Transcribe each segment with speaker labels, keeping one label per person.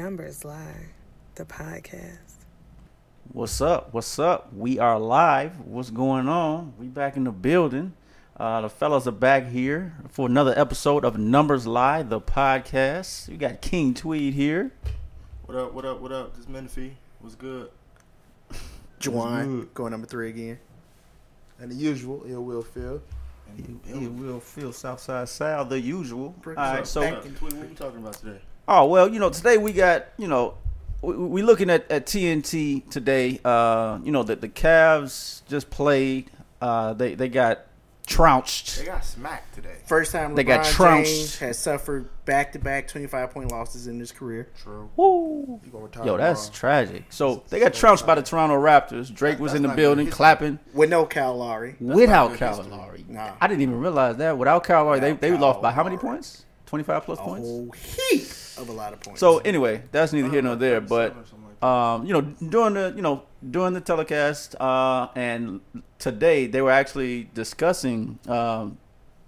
Speaker 1: Numbers Lie, the podcast.
Speaker 2: What's up? What's up? We are live. What's going on? We back in the building. Uh, the fellas are back here for another episode of Numbers Lie, the podcast. We got King Tweed here.
Speaker 3: What up, what up, what up? This Menifee was good.
Speaker 4: Juwan
Speaker 3: good.
Speaker 4: going number three again. And the usual, ill will feel.
Speaker 2: It will feel Southside Sal, the usual. All
Speaker 4: Bricks
Speaker 2: right,
Speaker 4: up,
Speaker 2: so
Speaker 3: What up, Tweet, what we talking about today?
Speaker 2: Oh well, you know today we got you know we, we looking at, at TNT today. Uh, you know the the Cavs just played. Uh, they they got trounced.
Speaker 3: got smacked today.
Speaker 4: First time LeBron
Speaker 2: They got trounced.
Speaker 4: James has suffered back to back 25 point losses in his career.
Speaker 3: True.
Speaker 2: Woo.
Speaker 3: You gonna retire
Speaker 2: Yo, that's
Speaker 3: tomorrow.
Speaker 2: tragic. So they got trounced by the Toronto Raptors. Drake was
Speaker 3: that's
Speaker 2: in the
Speaker 3: not good
Speaker 2: building
Speaker 3: history.
Speaker 2: clapping
Speaker 4: With no Cal Lowry.
Speaker 2: without
Speaker 3: good
Speaker 2: Kyle
Speaker 3: history.
Speaker 2: Lowry.
Speaker 4: Nah.
Speaker 2: I didn't even realize that. Without Kyle Lowry, they
Speaker 4: Without
Speaker 2: they
Speaker 4: Kyle
Speaker 2: lost by how many
Speaker 4: Lowry.
Speaker 2: points? Twenty five plus
Speaker 4: A
Speaker 2: points.
Speaker 4: whole heap of a lot of points.
Speaker 2: So anyway, that's neither here nor there. But
Speaker 3: Or something like that.
Speaker 2: um, you know, during the you know during the telecast uh, and today they were actually discussing um,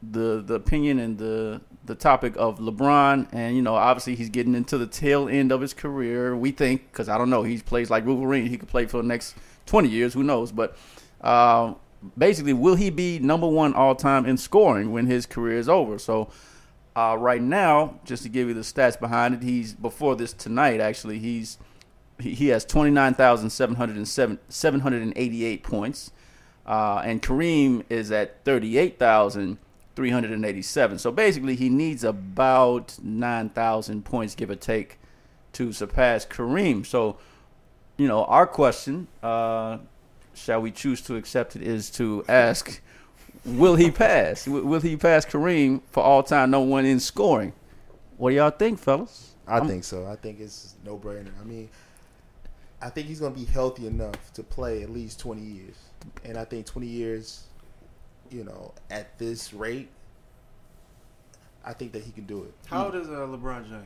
Speaker 2: the the opinion and the the topic of LeBron and you know obviously he's getting into the tail end of his career. We think because I don't know he plays like Wolverine. He could play for the next twenty years. Who knows? But um, basically, will he be number one all time in scoring when his career is over? So. Uh, right now, just to give you the stats behind it, he's before this tonight. Actually, he's he, he has 29,788 points, uh, and Kareem is at 38,387. So basically, he needs about 9,000 points, give or take, to surpass Kareem. So, you know, our question, uh, shall we choose to accept it, is to ask, will he pass? W- will he pass Kareem for all time, no one in scoring? What do y'all think, fellas?
Speaker 5: I
Speaker 2: I'm-
Speaker 5: think so. I think it's no brainer. I mean, I think he's gonna be healthy enough to play at least twenty years, and I think twenty years, you know, at this rate, I think that he can do it.
Speaker 3: How old is uh, LeBron James?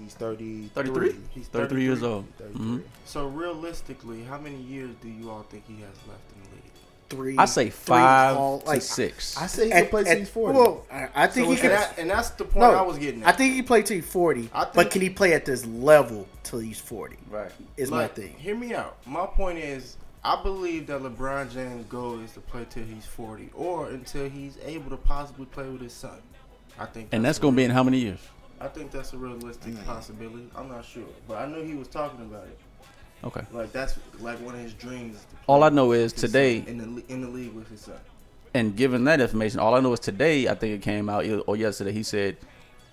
Speaker 5: He's thirty.
Speaker 2: 33?
Speaker 3: He's
Speaker 2: 33 years old.
Speaker 5: Thirty-three.
Speaker 2: Mhm.
Speaker 3: So realistically, how many years do you all think he has left in the league?
Speaker 4: three.
Speaker 2: I say
Speaker 4: three
Speaker 2: five
Speaker 4: all-
Speaker 2: to six.
Speaker 5: I say he
Speaker 4: at-
Speaker 5: can play
Speaker 4: at-
Speaker 5: till he's forty.
Speaker 4: Well, I I think
Speaker 3: So
Speaker 4: he could.
Speaker 3: and, that, and that's the point
Speaker 4: no,
Speaker 3: I was getting at.
Speaker 4: I think he played till he's 40.
Speaker 3: I think-
Speaker 4: but can he play at this level till he's 40?
Speaker 2: right.
Speaker 4: Is
Speaker 3: Like,
Speaker 4: my thing.
Speaker 3: Hear me out. My point is, I believe that LeBron James' goal is to play till he's 40 or until he's able to possibly play with his son. I think
Speaker 2: And that's
Speaker 3: a
Speaker 2: going to be in how many years?
Speaker 3: I think that's a realistic
Speaker 4: Mm.
Speaker 3: possibility. I'm not sure, but I know he was talking about it.
Speaker 2: Okay.
Speaker 3: Like that's like one of his dreams. is to play
Speaker 2: All I know is
Speaker 3: with his
Speaker 2: today,
Speaker 3: son, in the le- in the league with his son.
Speaker 2: and given that information, all I know is today, I think it came out either- or yesterday, he said,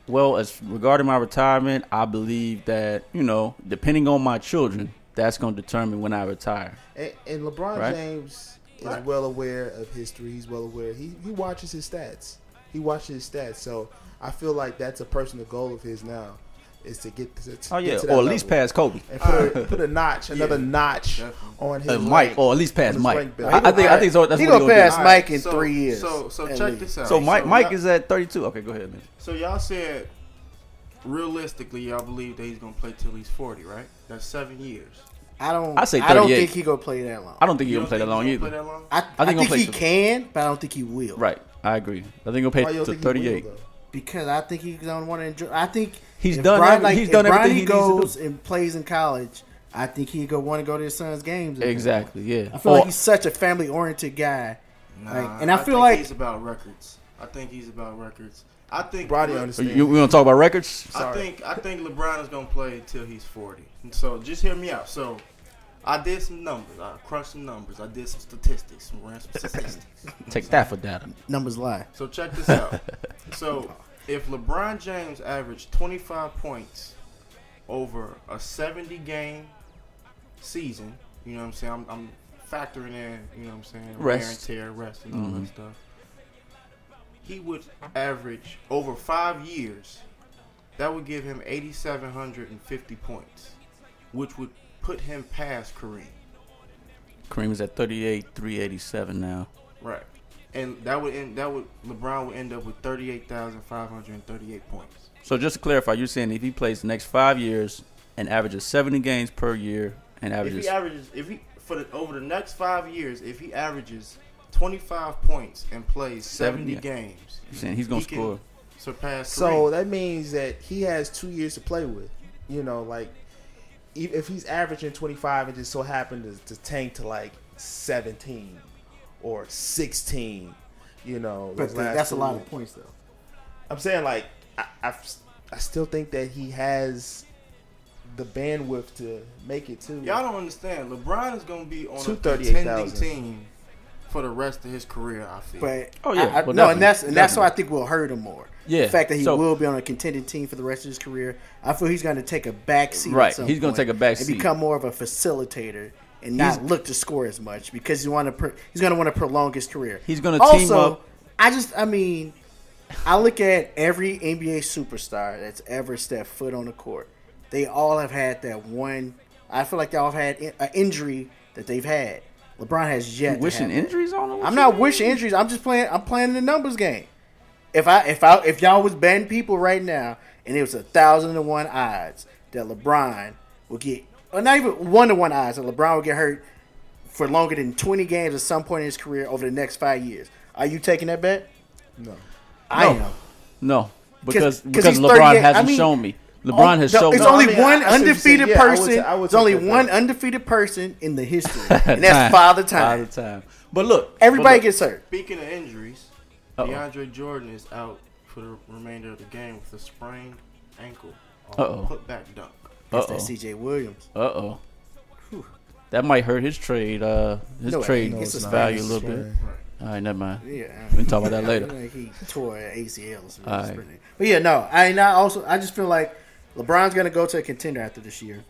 Speaker 2: Well, as regarding my retirement, I believe that, you know, depending on my children, that's going to determine when I retire.
Speaker 5: And, and LeBron
Speaker 2: Right.
Speaker 5: James is
Speaker 3: Right.
Speaker 5: well aware of history. He's well aware. He he watches his stats. He watches his stats. So I feel like that's a personal goal of his now, is to get to, to
Speaker 2: Oh, yeah.
Speaker 5: get to
Speaker 2: Or
Speaker 5: that
Speaker 2: at least
Speaker 5: level.
Speaker 2: pass Kobe.
Speaker 5: and put, a, put a notch, another notch
Speaker 3: definitely.
Speaker 5: on his
Speaker 2: Uh, Mike.
Speaker 5: rank.
Speaker 2: Or at least pass
Speaker 5: his
Speaker 2: Mike.
Speaker 5: rank bill.
Speaker 2: I, I think, I think so, that's
Speaker 4: He
Speaker 2: what
Speaker 4: gonna
Speaker 2: gonna do.
Speaker 4: pass Mike in
Speaker 3: So-
Speaker 4: three years.
Speaker 3: So so
Speaker 4: at
Speaker 3: check
Speaker 4: least.
Speaker 3: this out.
Speaker 2: So Mike, Mike
Speaker 3: y'all-
Speaker 2: is at 32. Okay, go ahead, man.
Speaker 3: So y'all said realistically, y'all believe that he's gonna play till he's 40, right? That's seven years.
Speaker 4: I don't.
Speaker 2: I say
Speaker 4: I don't
Speaker 2: 38.
Speaker 4: think he gonna play that long.
Speaker 2: I don't think
Speaker 3: You
Speaker 2: he'll
Speaker 3: don't
Speaker 2: play that
Speaker 3: think
Speaker 2: long
Speaker 3: he's gonna
Speaker 2: either.
Speaker 3: Play that long?
Speaker 4: I, I
Speaker 2: think
Speaker 4: think,
Speaker 2: he'll
Speaker 4: he
Speaker 2: play
Speaker 4: can, but I don't think he will.
Speaker 2: Right. I agree. I think he'll pay
Speaker 5: Why y'all
Speaker 2: to
Speaker 5: think he will,
Speaker 2: 38.
Speaker 5: though?
Speaker 4: Because I think he's gonna want to enjoy. I think
Speaker 2: He's
Speaker 4: if
Speaker 2: done
Speaker 4: Bron-
Speaker 2: every- he's done
Speaker 4: if
Speaker 2: everything he
Speaker 4: Bronny
Speaker 2: needs to do.
Speaker 4: goes and plays in college. I think he go want to go to his son's games. and-
Speaker 2: Exactly, yeah.
Speaker 4: I feel
Speaker 2: Or-
Speaker 4: like he's such a family oriented guy.
Speaker 3: Nah,
Speaker 4: Like, and I feel
Speaker 3: think
Speaker 4: like-
Speaker 3: he's about records. I think he's about records. I think
Speaker 5: Bronny
Speaker 3: re-
Speaker 2: You,
Speaker 5: understands.
Speaker 2: you want to talk about records?
Speaker 3: I think I think LeBron is gonna play until he's forty. And so just hear me out. So I did some numbers. I crushed some numbers. I did some statistics. Some ran some statistics.
Speaker 2: Take that for data.
Speaker 4: Numbers lie.
Speaker 3: So check this out. So if LeBron James averaged twenty five points over a seventy game season, you know what I'm saying? I'm, I'm factoring in, you know what I'm saying, wear and
Speaker 2: Rest.
Speaker 3: tear, rest, and all that stuff. He would average over five years. That would give him 8,750 points, which would put him past Kareem.
Speaker 2: Kareem is at 38, 387 now.
Speaker 3: Right. And that would end. That would LeBron would end up with 38,538 points.
Speaker 2: So just to clarify, you're saying if he plays the next five years and averages 70 games per year and
Speaker 3: If
Speaker 2: averages
Speaker 3: he averages, if he for the over the next five years, if he averages 25 points and plays 70
Speaker 2: Seventy.
Speaker 3: games,
Speaker 2: You're saying he's gonna
Speaker 3: he can
Speaker 2: score.
Speaker 3: surpass.
Speaker 5: so
Speaker 3: Kareem.
Speaker 5: that means that he has two years to play with. You know, like if if he's averaging 25 and just so happened to, to tank to like 17 or 16, you know,
Speaker 4: But
Speaker 5: those
Speaker 4: th-
Speaker 5: last
Speaker 4: that's a
Speaker 5: two
Speaker 4: lot
Speaker 5: weeks.
Speaker 4: of points, though.
Speaker 5: I'm saying like I, I, I still think that he has the bandwidth to make it too.
Speaker 3: Y'all don't understand. LeBron is gonna be on a
Speaker 5: 238,000.
Speaker 3: contending team for the rest of his career. I feel.
Speaker 4: But
Speaker 2: Oh, yeah.
Speaker 4: I- I-
Speaker 2: Well,
Speaker 4: no,
Speaker 2: definitely.
Speaker 4: and that's and that's why I think will hurt him more.
Speaker 2: Yeah.
Speaker 4: the fact that he
Speaker 2: So-
Speaker 4: will be on a contending team for the rest of his career, I feel he's going to take a back seat. at
Speaker 2: Right.
Speaker 4: some
Speaker 2: He's gonna
Speaker 4: point
Speaker 2: take a back
Speaker 4: and
Speaker 2: seat.
Speaker 4: become more of a facilitator and not look to score as much because he want to pro- he's going to want to prolong his career.
Speaker 2: He's gonna
Speaker 4: also.
Speaker 2: team up-
Speaker 4: I just I mean, I look at every NBA superstar that's ever stepped foot on the court. They all have had that one. I feel like they all have had in- an injury that they've had. LeBron has yet. to
Speaker 2: Wishing
Speaker 4: have that.
Speaker 2: injuries on him?
Speaker 4: I'm not wishing injuries. I'm just playing. I'm playing the numbers game. If I if I if y'all was betting people right now, and it was a thousand to one odds that LeBron will get, or not even one to one odds that LeBron will get hurt for longer than 20 games at some point in his career over the next five years, are you taking that bet?
Speaker 5: No.
Speaker 4: I am.
Speaker 2: No, because
Speaker 4: 'cause
Speaker 2: because
Speaker 4: he's
Speaker 2: LeBron
Speaker 4: 38.
Speaker 2: hasn't
Speaker 4: I mean, oh,
Speaker 2: shown me. LeBron has
Speaker 4: No,
Speaker 2: shown.
Speaker 4: It's
Speaker 2: me.
Speaker 4: only
Speaker 5: I mean, I- I
Speaker 4: one
Speaker 5: see what you're saying.
Speaker 4: undefeated
Speaker 5: Yeah, I would-
Speaker 4: person.
Speaker 5: I would
Speaker 4: It's only
Speaker 5: take that
Speaker 4: one
Speaker 5: bet.
Speaker 4: undefeated person in the history, and that's Father Time.
Speaker 2: Father time. But look,
Speaker 4: Everybody
Speaker 2: but look,
Speaker 4: gets hurt.
Speaker 3: Speaking of injuries,
Speaker 2: Uh-oh.
Speaker 3: DeAndre Jordan is out for the remainder of the game with a sprained ankle
Speaker 2: Uh-oh.
Speaker 3: on a putback dunk.
Speaker 4: That's that
Speaker 2: Uh-oh.
Speaker 4: C.J. Williams.
Speaker 2: Uh oh. That might hurt his trade. Uh, his
Speaker 4: No, it
Speaker 2: trade
Speaker 4: ain't. It's a
Speaker 2: value a
Speaker 4: Spurs
Speaker 2: little bit.
Speaker 3: Right.
Speaker 2: All right, never mind.
Speaker 4: Yeah.
Speaker 2: We can talk about that later.
Speaker 4: I think he tore an ACL. or something.
Speaker 2: All right.
Speaker 4: But yeah, no. I and I also I just feel like LeBron's gonna go to a contender after this year,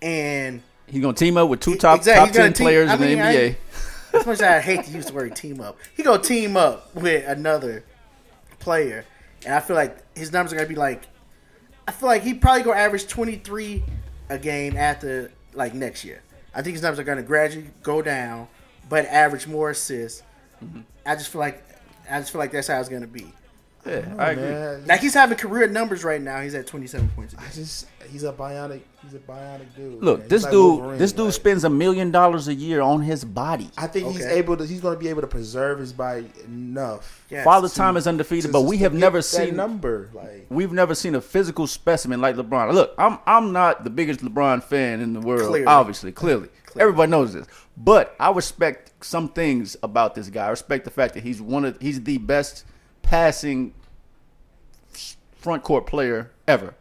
Speaker 4: and
Speaker 2: He's gonna team up with two top
Speaker 4: Exactly,
Speaker 2: top
Speaker 4: he's gonna
Speaker 2: ten
Speaker 4: team-
Speaker 2: players
Speaker 4: I
Speaker 2: in
Speaker 4: mean,
Speaker 2: the
Speaker 4: I-
Speaker 2: NBA.
Speaker 4: as much as I hate to use the word team up, he gonna team up with another player, and I feel like his numbers are gonna be like. I feel like he probably gonna average twenty three a game after like next year. I think his numbers are gonna gradually go down, but average more assists.
Speaker 2: Mm-hmm.
Speaker 4: I just feel like I just feel like that's how it's gonna be.
Speaker 2: yeah, I agree.
Speaker 5: Man,
Speaker 4: Like he's having career numbers right now. He's at 27 points. a game.
Speaker 5: I just he's a bionic he's a bionic dude.
Speaker 2: Look,
Speaker 5: man. He's
Speaker 2: this
Speaker 5: like
Speaker 2: dude,
Speaker 5: Wolverine,
Speaker 2: this dude
Speaker 5: like-
Speaker 2: spends a million dollars a year on his body.
Speaker 5: I think he's
Speaker 4: Okay.
Speaker 5: able to he's gonna be able to preserve his body enough.
Speaker 4: Yes.
Speaker 2: Father Time is undefeated,
Speaker 5: to-
Speaker 2: but we
Speaker 5: to
Speaker 2: have
Speaker 5: get
Speaker 2: never
Speaker 5: that
Speaker 2: seen
Speaker 5: number like
Speaker 2: we've never seen a physical specimen like LeBron. Look, I'm I'm not the biggest LeBron fan in the world,
Speaker 4: Clearly.
Speaker 2: obviously, clearly. Everybody knows this. But I respect some things about this guy. I respect the fact that he's one of he's the best passing front court player ever.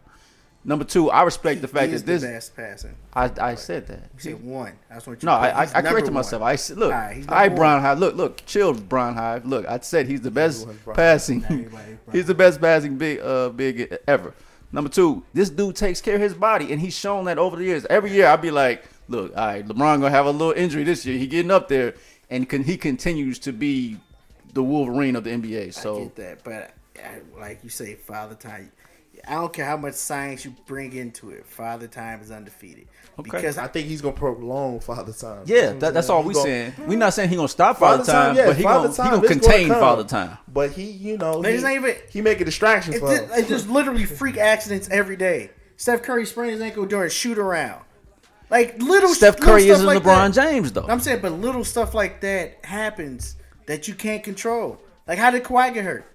Speaker 2: Number two, I respect the fact
Speaker 4: He is
Speaker 2: that this
Speaker 4: the best passing.
Speaker 2: I, I said that.
Speaker 4: You said one. I just want you
Speaker 2: No,
Speaker 4: to put-
Speaker 2: I, I,
Speaker 4: he's
Speaker 2: I
Speaker 4: number
Speaker 2: corrected
Speaker 4: one.
Speaker 2: myself. I said, look,
Speaker 4: All right, he's
Speaker 2: I
Speaker 4: number
Speaker 2: Brown Hive. Look, look, chill, Brown Hive. Look, I said he's the best
Speaker 5: Everyone's Brown.
Speaker 2: passing.
Speaker 4: everybody's Brown.
Speaker 2: he's the best passing big, uh, big ever. Number two, this dude takes care of his body, and he's shown that over the years. Every year, I'd be like, look, all right, LeBron gonna have a little injury this year. He getting up there, and can, he continues to be the Wolverine of the NBA.
Speaker 4: I
Speaker 2: So
Speaker 4: get that, but I, like you say, Father Time. I don't care how much science you bring into it. Father Time is undefeated
Speaker 2: Okay.
Speaker 4: because
Speaker 5: I think he's gonna prolong Father Time. That's
Speaker 2: yeah,
Speaker 5: what I'm
Speaker 2: that, that's
Speaker 5: saying.
Speaker 2: all
Speaker 5: He's
Speaker 2: we
Speaker 5: gonna-
Speaker 2: saying. We're not saying he gonna stop Father, Time,
Speaker 5: yeah,
Speaker 2: but he
Speaker 5: Father
Speaker 2: gonna,
Speaker 5: Time
Speaker 2: he gonna
Speaker 5: is gonna
Speaker 2: contain
Speaker 5: come.
Speaker 2: Father Time.
Speaker 5: But he, you know,
Speaker 4: Man,
Speaker 5: he,
Speaker 4: it's not even-
Speaker 5: he make a distraction
Speaker 4: it's
Speaker 5: for
Speaker 4: just,
Speaker 5: him.
Speaker 4: it's just literally freak accidents every day. Steph Curry sprained his ankle during a shoot around. Like little
Speaker 2: Steph
Speaker 4: little
Speaker 2: Curry
Speaker 4: stuff
Speaker 2: isn't
Speaker 4: like
Speaker 2: LeBron
Speaker 4: that.
Speaker 2: James though.
Speaker 4: I'm saying, but little stuff like that happens that you can't control. Like, how did Kawhi get hurt?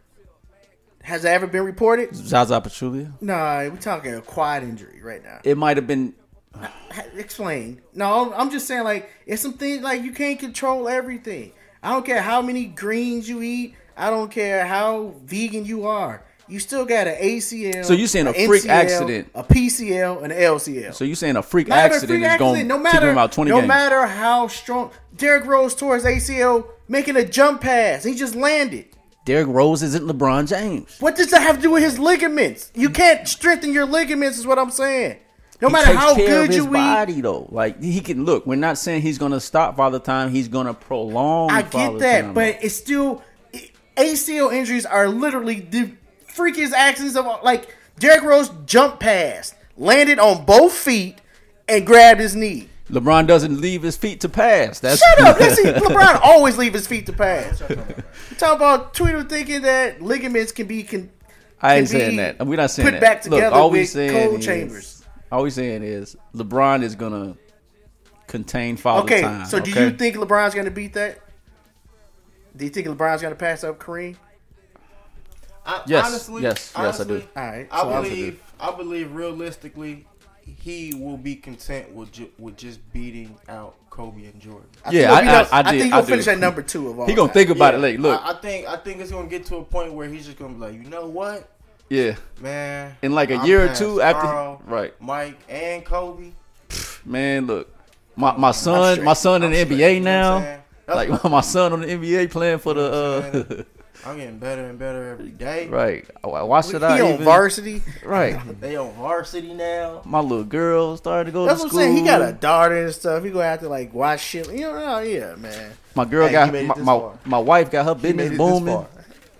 Speaker 4: Has that ever been reported?
Speaker 2: Zaza Pachulia.
Speaker 4: Nah, we're talking a quad injury right now.
Speaker 2: It might have been
Speaker 4: Ha- Explain. No, I'm just saying, like, it's something like you can't control everything. I don't care how many greens you eat. I don't care how vegan you are. You still got an ACL.
Speaker 2: So you saying
Speaker 4: an
Speaker 2: a freak accident.
Speaker 4: a PCL, and an LCL.
Speaker 2: So you saying a freak
Speaker 4: Not even
Speaker 2: accident
Speaker 4: freak
Speaker 2: is going
Speaker 4: accident,
Speaker 2: to keep him out twenty
Speaker 4: no
Speaker 2: games?
Speaker 4: matter how strong Derrick Rose tore his ACL making a jump pass. He just landed.
Speaker 2: Derrick Rose isn't LeBron James.
Speaker 4: What does that have to do with his ligaments? You can't strengthen your ligaments, is what I'm saying. No
Speaker 2: He
Speaker 4: matter
Speaker 2: takes
Speaker 4: how
Speaker 2: care
Speaker 4: good
Speaker 2: of his
Speaker 4: you eat.
Speaker 2: body though. Like he can look. We're not saying he's going to stop Father Time. He's going to prolong.
Speaker 4: I get
Speaker 2: Father
Speaker 4: that,
Speaker 2: Time.
Speaker 4: but it's still ACL injuries are literally the freakiest accidents of all. Like Derrick Rose jump pass, landed on both feet, and grabbed his knee.
Speaker 2: LeBron doesn't leave his feet to pass. That's
Speaker 4: Shut up! That's it. LeBron always leave his feet to pass. You talking about Twitter thinking that ligaments can be con-
Speaker 2: I ain't
Speaker 4: can be
Speaker 2: saying that. We're not saying
Speaker 4: put
Speaker 2: that.
Speaker 4: back
Speaker 2: look,
Speaker 4: together
Speaker 2: all we
Speaker 4: with
Speaker 2: saying
Speaker 4: cold
Speaker 2: is,
Speaker 4: chambers.
Speaker 2: All we saying is LeBron is going to contain Father
Speaker 4: Okay,
Speaker 2: Time.
Speaker 4: so do
Speaker 2: okay?
Speaker 4: you think LeBron's gonna beat that? Do you think LeBron's gonna pass up Kareem?
Speaker 3: I,
Speaker 2: Yes,
Speaker 3: honestly,
Speaker 2: yes, yes, I do.
Speaker 3: honestly,
Speaker 4: All right.
Speaker 3: I
Speaker 4: So I was,
Speaker 3: believe, I believe, realistically, he will be content with ju- with just beating out Kobe and Jordan.
Speaker 2: Yeah,
Speaker 4: I think he'll
Speaker 2: I-
Speaker 4: be-
Speaker 2: I- I did-
Speaker 4: think
Speaker 2: I
Speaker 4: he'll
Speaker 2: do.
Speaker 4: finish at number two of all.
Speaker 2: He gonna
Speaker 4: time.
Speaker 2: think about
Speaker 3: Yeah,
Speaker 2: it later. Look,
Speaker 3: I, I think I think it's gonna get to a point where he's just gonna be like, you know what,
Speaker 2: yeah,
Speaker 3: man.
Speaker 2: in like a
Speaker 3: I'm
Speaker 2: year or
Speaker 3: past
Speaker 2: two after,
Speaker 3: Carl,
Speaker 2: right,
Speaker 3: Mike and Kobe.
Speaker 2: man. Look, my my
Speaker 4: I'm
Speaker 2: son,
Speaker 4: straight.
Speaker 2: my son in the
Speaker 3: I'm straight,
Speaker 2: NBA
Speaker 3: you know what I'm
Speaker 2: now.
Speaker 3: saying? That's
Speaker 2: Like my son on the NBA playing for
Speaker 3: You know
Speaker 2: the
Speaker 3: I'm getting better and better every day.
Speaker 2: uh, right. Why why
Speaker 4: He
Speaker 2: should I
Speaker 4: on
Speaker 2: even?
Speaker 4: varsity.
Speaker 2: Right,
Speaker 3: They on varsity now.
Speaker 2: my little girl started to go
Speaker 4: That's
Speaker 2: to
Speaker 4: what I'm
Speaker 2: school.
Speaker 4: saying. He got a daughter and stuff. He gonna have to like watch shit. You know, oh, yeah, man.
Speaker 2: my girl
Speaker 5: Hey,
Speaker 2: got
Speaker 5: he made it
Speaker 2: my,
Speaker 5: this
Speaker 2: my,
Speaker 5: far.
Speaker 2: my wife got her
Speaker 5: He made
Speaker 2: business
Speaker 5: it this
Speaker 2: booming.
Speaker 5: far.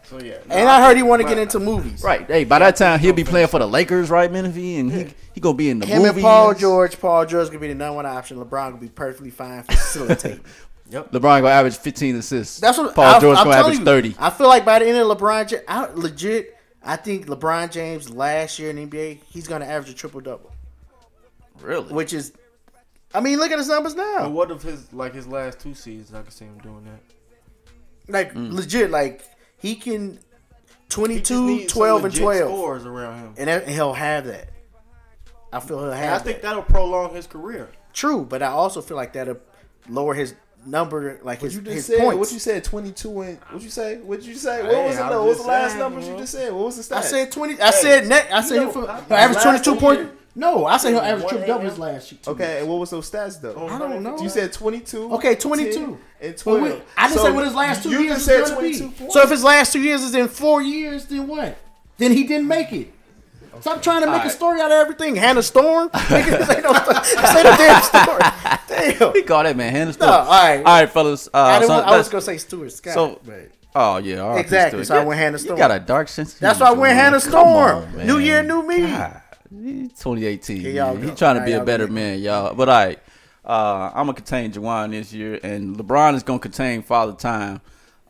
Speaker 3: So yeah.
Speaker 4: And
Speaker 3: nah,
Speaker 4: I heard he
Speaker 3: think-
Speaker 4: want to
Speaker 3: but-
Speaker 4: get into movies.
Speaker 2: Right. Hey, by that time he'll be playing for the Lakers, right, Menifee? And he he gonna be in the
Speaker 4: Him
Speaker 2: movies.
Speaker 4: and Paul George. Paul George gonna be the number one option. LeBron gonna be perfectly fine facilitating.
Speaker 2: LeBron gonna average 15 assists.
Speaker 4: That's what
Speaker 2: Paul
Speaker 4: I-
Speaker 2: George
Speaker 4: I'm
Speaker 2: gonna
Speaker 4: telling
Speaker 2: average
Speaker 4: you,
Speaker 2: 30.
Speaker 4: I feel like by the end of LeBron, Ja- I, legit, I think LeBron James last year in NBA, he's gonna average a triple double,
Speaker 2: Really?
Speaker 4: which is, I mean, look at his numbers
Speaker 3: But
Speaker 4: now.
Speaker 3: what if his like his last two seasons? I can see him doing that.
Speaker 4: Like
Speaker 2: Mm.
Speaker 4: legit, like he can
Speaker 3: He just
Speaker 4: 22,
Speaker 3: needs some
Speaker 4: 12, and
Speaker 3: legit
Speaker 4: twelve,
Speaker 3: scores around him.
Speaker 4: and that- he'll have that. I feel he'll
Speaker 3: And I
Speaker 4: have.
Speaker 3: think
Speaker 4: that.
Speaker 3: that'll prolong his career.
Speaker 4: True, but I also feel like that'll lower his number, like
Speaker 5: What
Speaker 4: his,
Speaker 5: you
Speaker 4: his
Speaker 5: just said?
Speaker 4: points.
Speaker 5: What you said? Twenty two and what you say? What you say? What
Speaker 3: Hey,
Speaker 5: was it?
Speaker 3: I
Speaker 5: No,
Speaker 3: was
Speaker 5: what was the
Speaker 3: just
Speaker 5: last
Speaker 3: saying,
Speaker 5: numbers you
Speaker 3: bro.
Speaker 5: just said? What was the
Speaker 4: I
Speaker 5: stat?
Speaker 4: said twenty. I said net. I said
Speaker 3: you
Speaker 4: he
Speaker 3: know,
Speaker 4: for,
Speaker 3: I-
Speaker 4: average
Speaker 3: last
Speaker 4: twenty two
Speaker 3: two
Speaker 4: point.
Speaker 3: years-
Speaker 4: No, I said he'll average
Speaker 3: One
Speaker 4: triple doubles
Speaker 3: AM?
Speaker 4: last year. two
Speaker 5: Okay, and what was those stats though?
Speaker 4: I don't know.
Speaker 5: You said twenty two.
Speaker 4: Okay, 22.
Speaker 5: and
Speaker 4: But
Speaker 5: twelve.
Speaker 4: wait, I didn't
Speaker 5: So
Speaker 4: say what his last two
Speaker 5: you
Speaker 4: years
Speaker 5: just
Speaker 4: is
Speaker 5: said
Speaker 4: gonna be.
Speaker 5: 22 points.
Speaker 4: So if his last two years is in four years, then what? Then he didn't make it. Stop trying to make a
Speaker 2: Alright.
Speaker 4: story out of everything. Hannah Storm? Nigga, say, no, say the damn story.
Speaker 2: He
Speaker 4: Damn.
Speaker 2: call that man Hannah
Speaker 4: No, all right.
Speaker 2: All right, fellas.
Speaker 4: I,
Speaker 2: Uh,
Speaker 4: didn't
Speaker 2: so
Speaker 4: want- I was
Speaker 2: let's-
Speaker 4: going to say Stuart Scott.
Speaker 2: so-
Speaker 4: but-
Speaker 2: Oh yeah, all right.
Speaker 4: Exactly, so I went Hannah Storm.
Speaker 2: You got a dark sense. of
Speaker 4: That's
Speaker 2: humor,
Speaker 4: why I went
Speaker 2: Jordan.
Speaker 4: Hannah
Speaker 2: Come
Speaker 4: Storm.
Speaker 2: on, man.
Speaker 4: New year, new me.
Speaker 2: God, he- 2018.
Speaker 4: Here y'all
Speaker 2: man. He
Speaker 4: go.
Speaker 2: trying to
Speaker 4: Now
Speaker 2: be a
Speaker 4: y'all
Speaker 2: better
Speaker 4: go.
Speaker 2: man, y'all. But all right, uh, I'm gonna contain Jawan this year, and LeBron is gonna contain Father Time.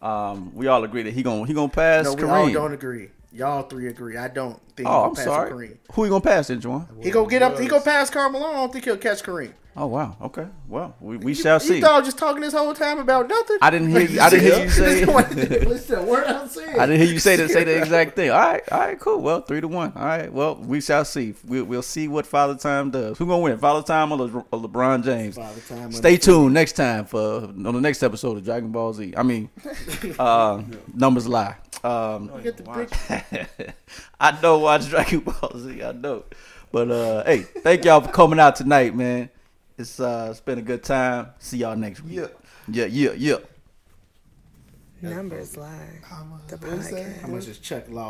Speaker 2: Um, we all agree that he gonna he gonna pass
Speaker 4: No, we all
Speaker 2: Kareem.
Speaker 4: don't agree. Y'all three agree. I don't think
Speaker 2: oh,
Speaker 4: he'll
Speaker 2: I'm
Speaker 4: pass
Speaker 2: sorry.
Speaker 4: Kareem.
Speaker 2: Who you gonna pass then, Jawan?
Speaker 4: He gonna get up. He gonna pass Karl Malone. I don't think he'll catch Kareem.
Speaker 2: Oh wow. Okay. Well, we, we
Speaker 4: You-
Speaker 2: shall
Speaker 4: You
Speaker 2: see.
Speaker 4: thought I was just talking this whole time about nothing.
Speaker 2: I didn't hear you- I didn't hear you say-
Speaker 4: Listen, to what I'm saying.
Speaker 2: I didn't hear you say the say the exact thing. All right, all right, cool. Well, three to one. All right, well, we shall see. We'll, we'll see what Father Time does. Who gonna win, Father Time or, Le- or LeBron James?
Speaker 4: Father Time
Speaker 2: Stay tuned next time for on the next episode of Dragon Ball Z. I mean, uh, numbers lie. Um,
Speaker 4: Get the big-
Speaker 2: I know watch Dragon Ball Z. I know, but uh, hey, thank y'all for coming out tonight, man. It's uh, it's been a good time. See y'all next week. yeah,
Speaker 5: Yeah.
Speaker 2: yeah. yeah.
Speaker 1: Numbers lie. The
Speaker 5: What was that?
Speaker 1: podcast.
Speaker 4: How much is Chuck Law?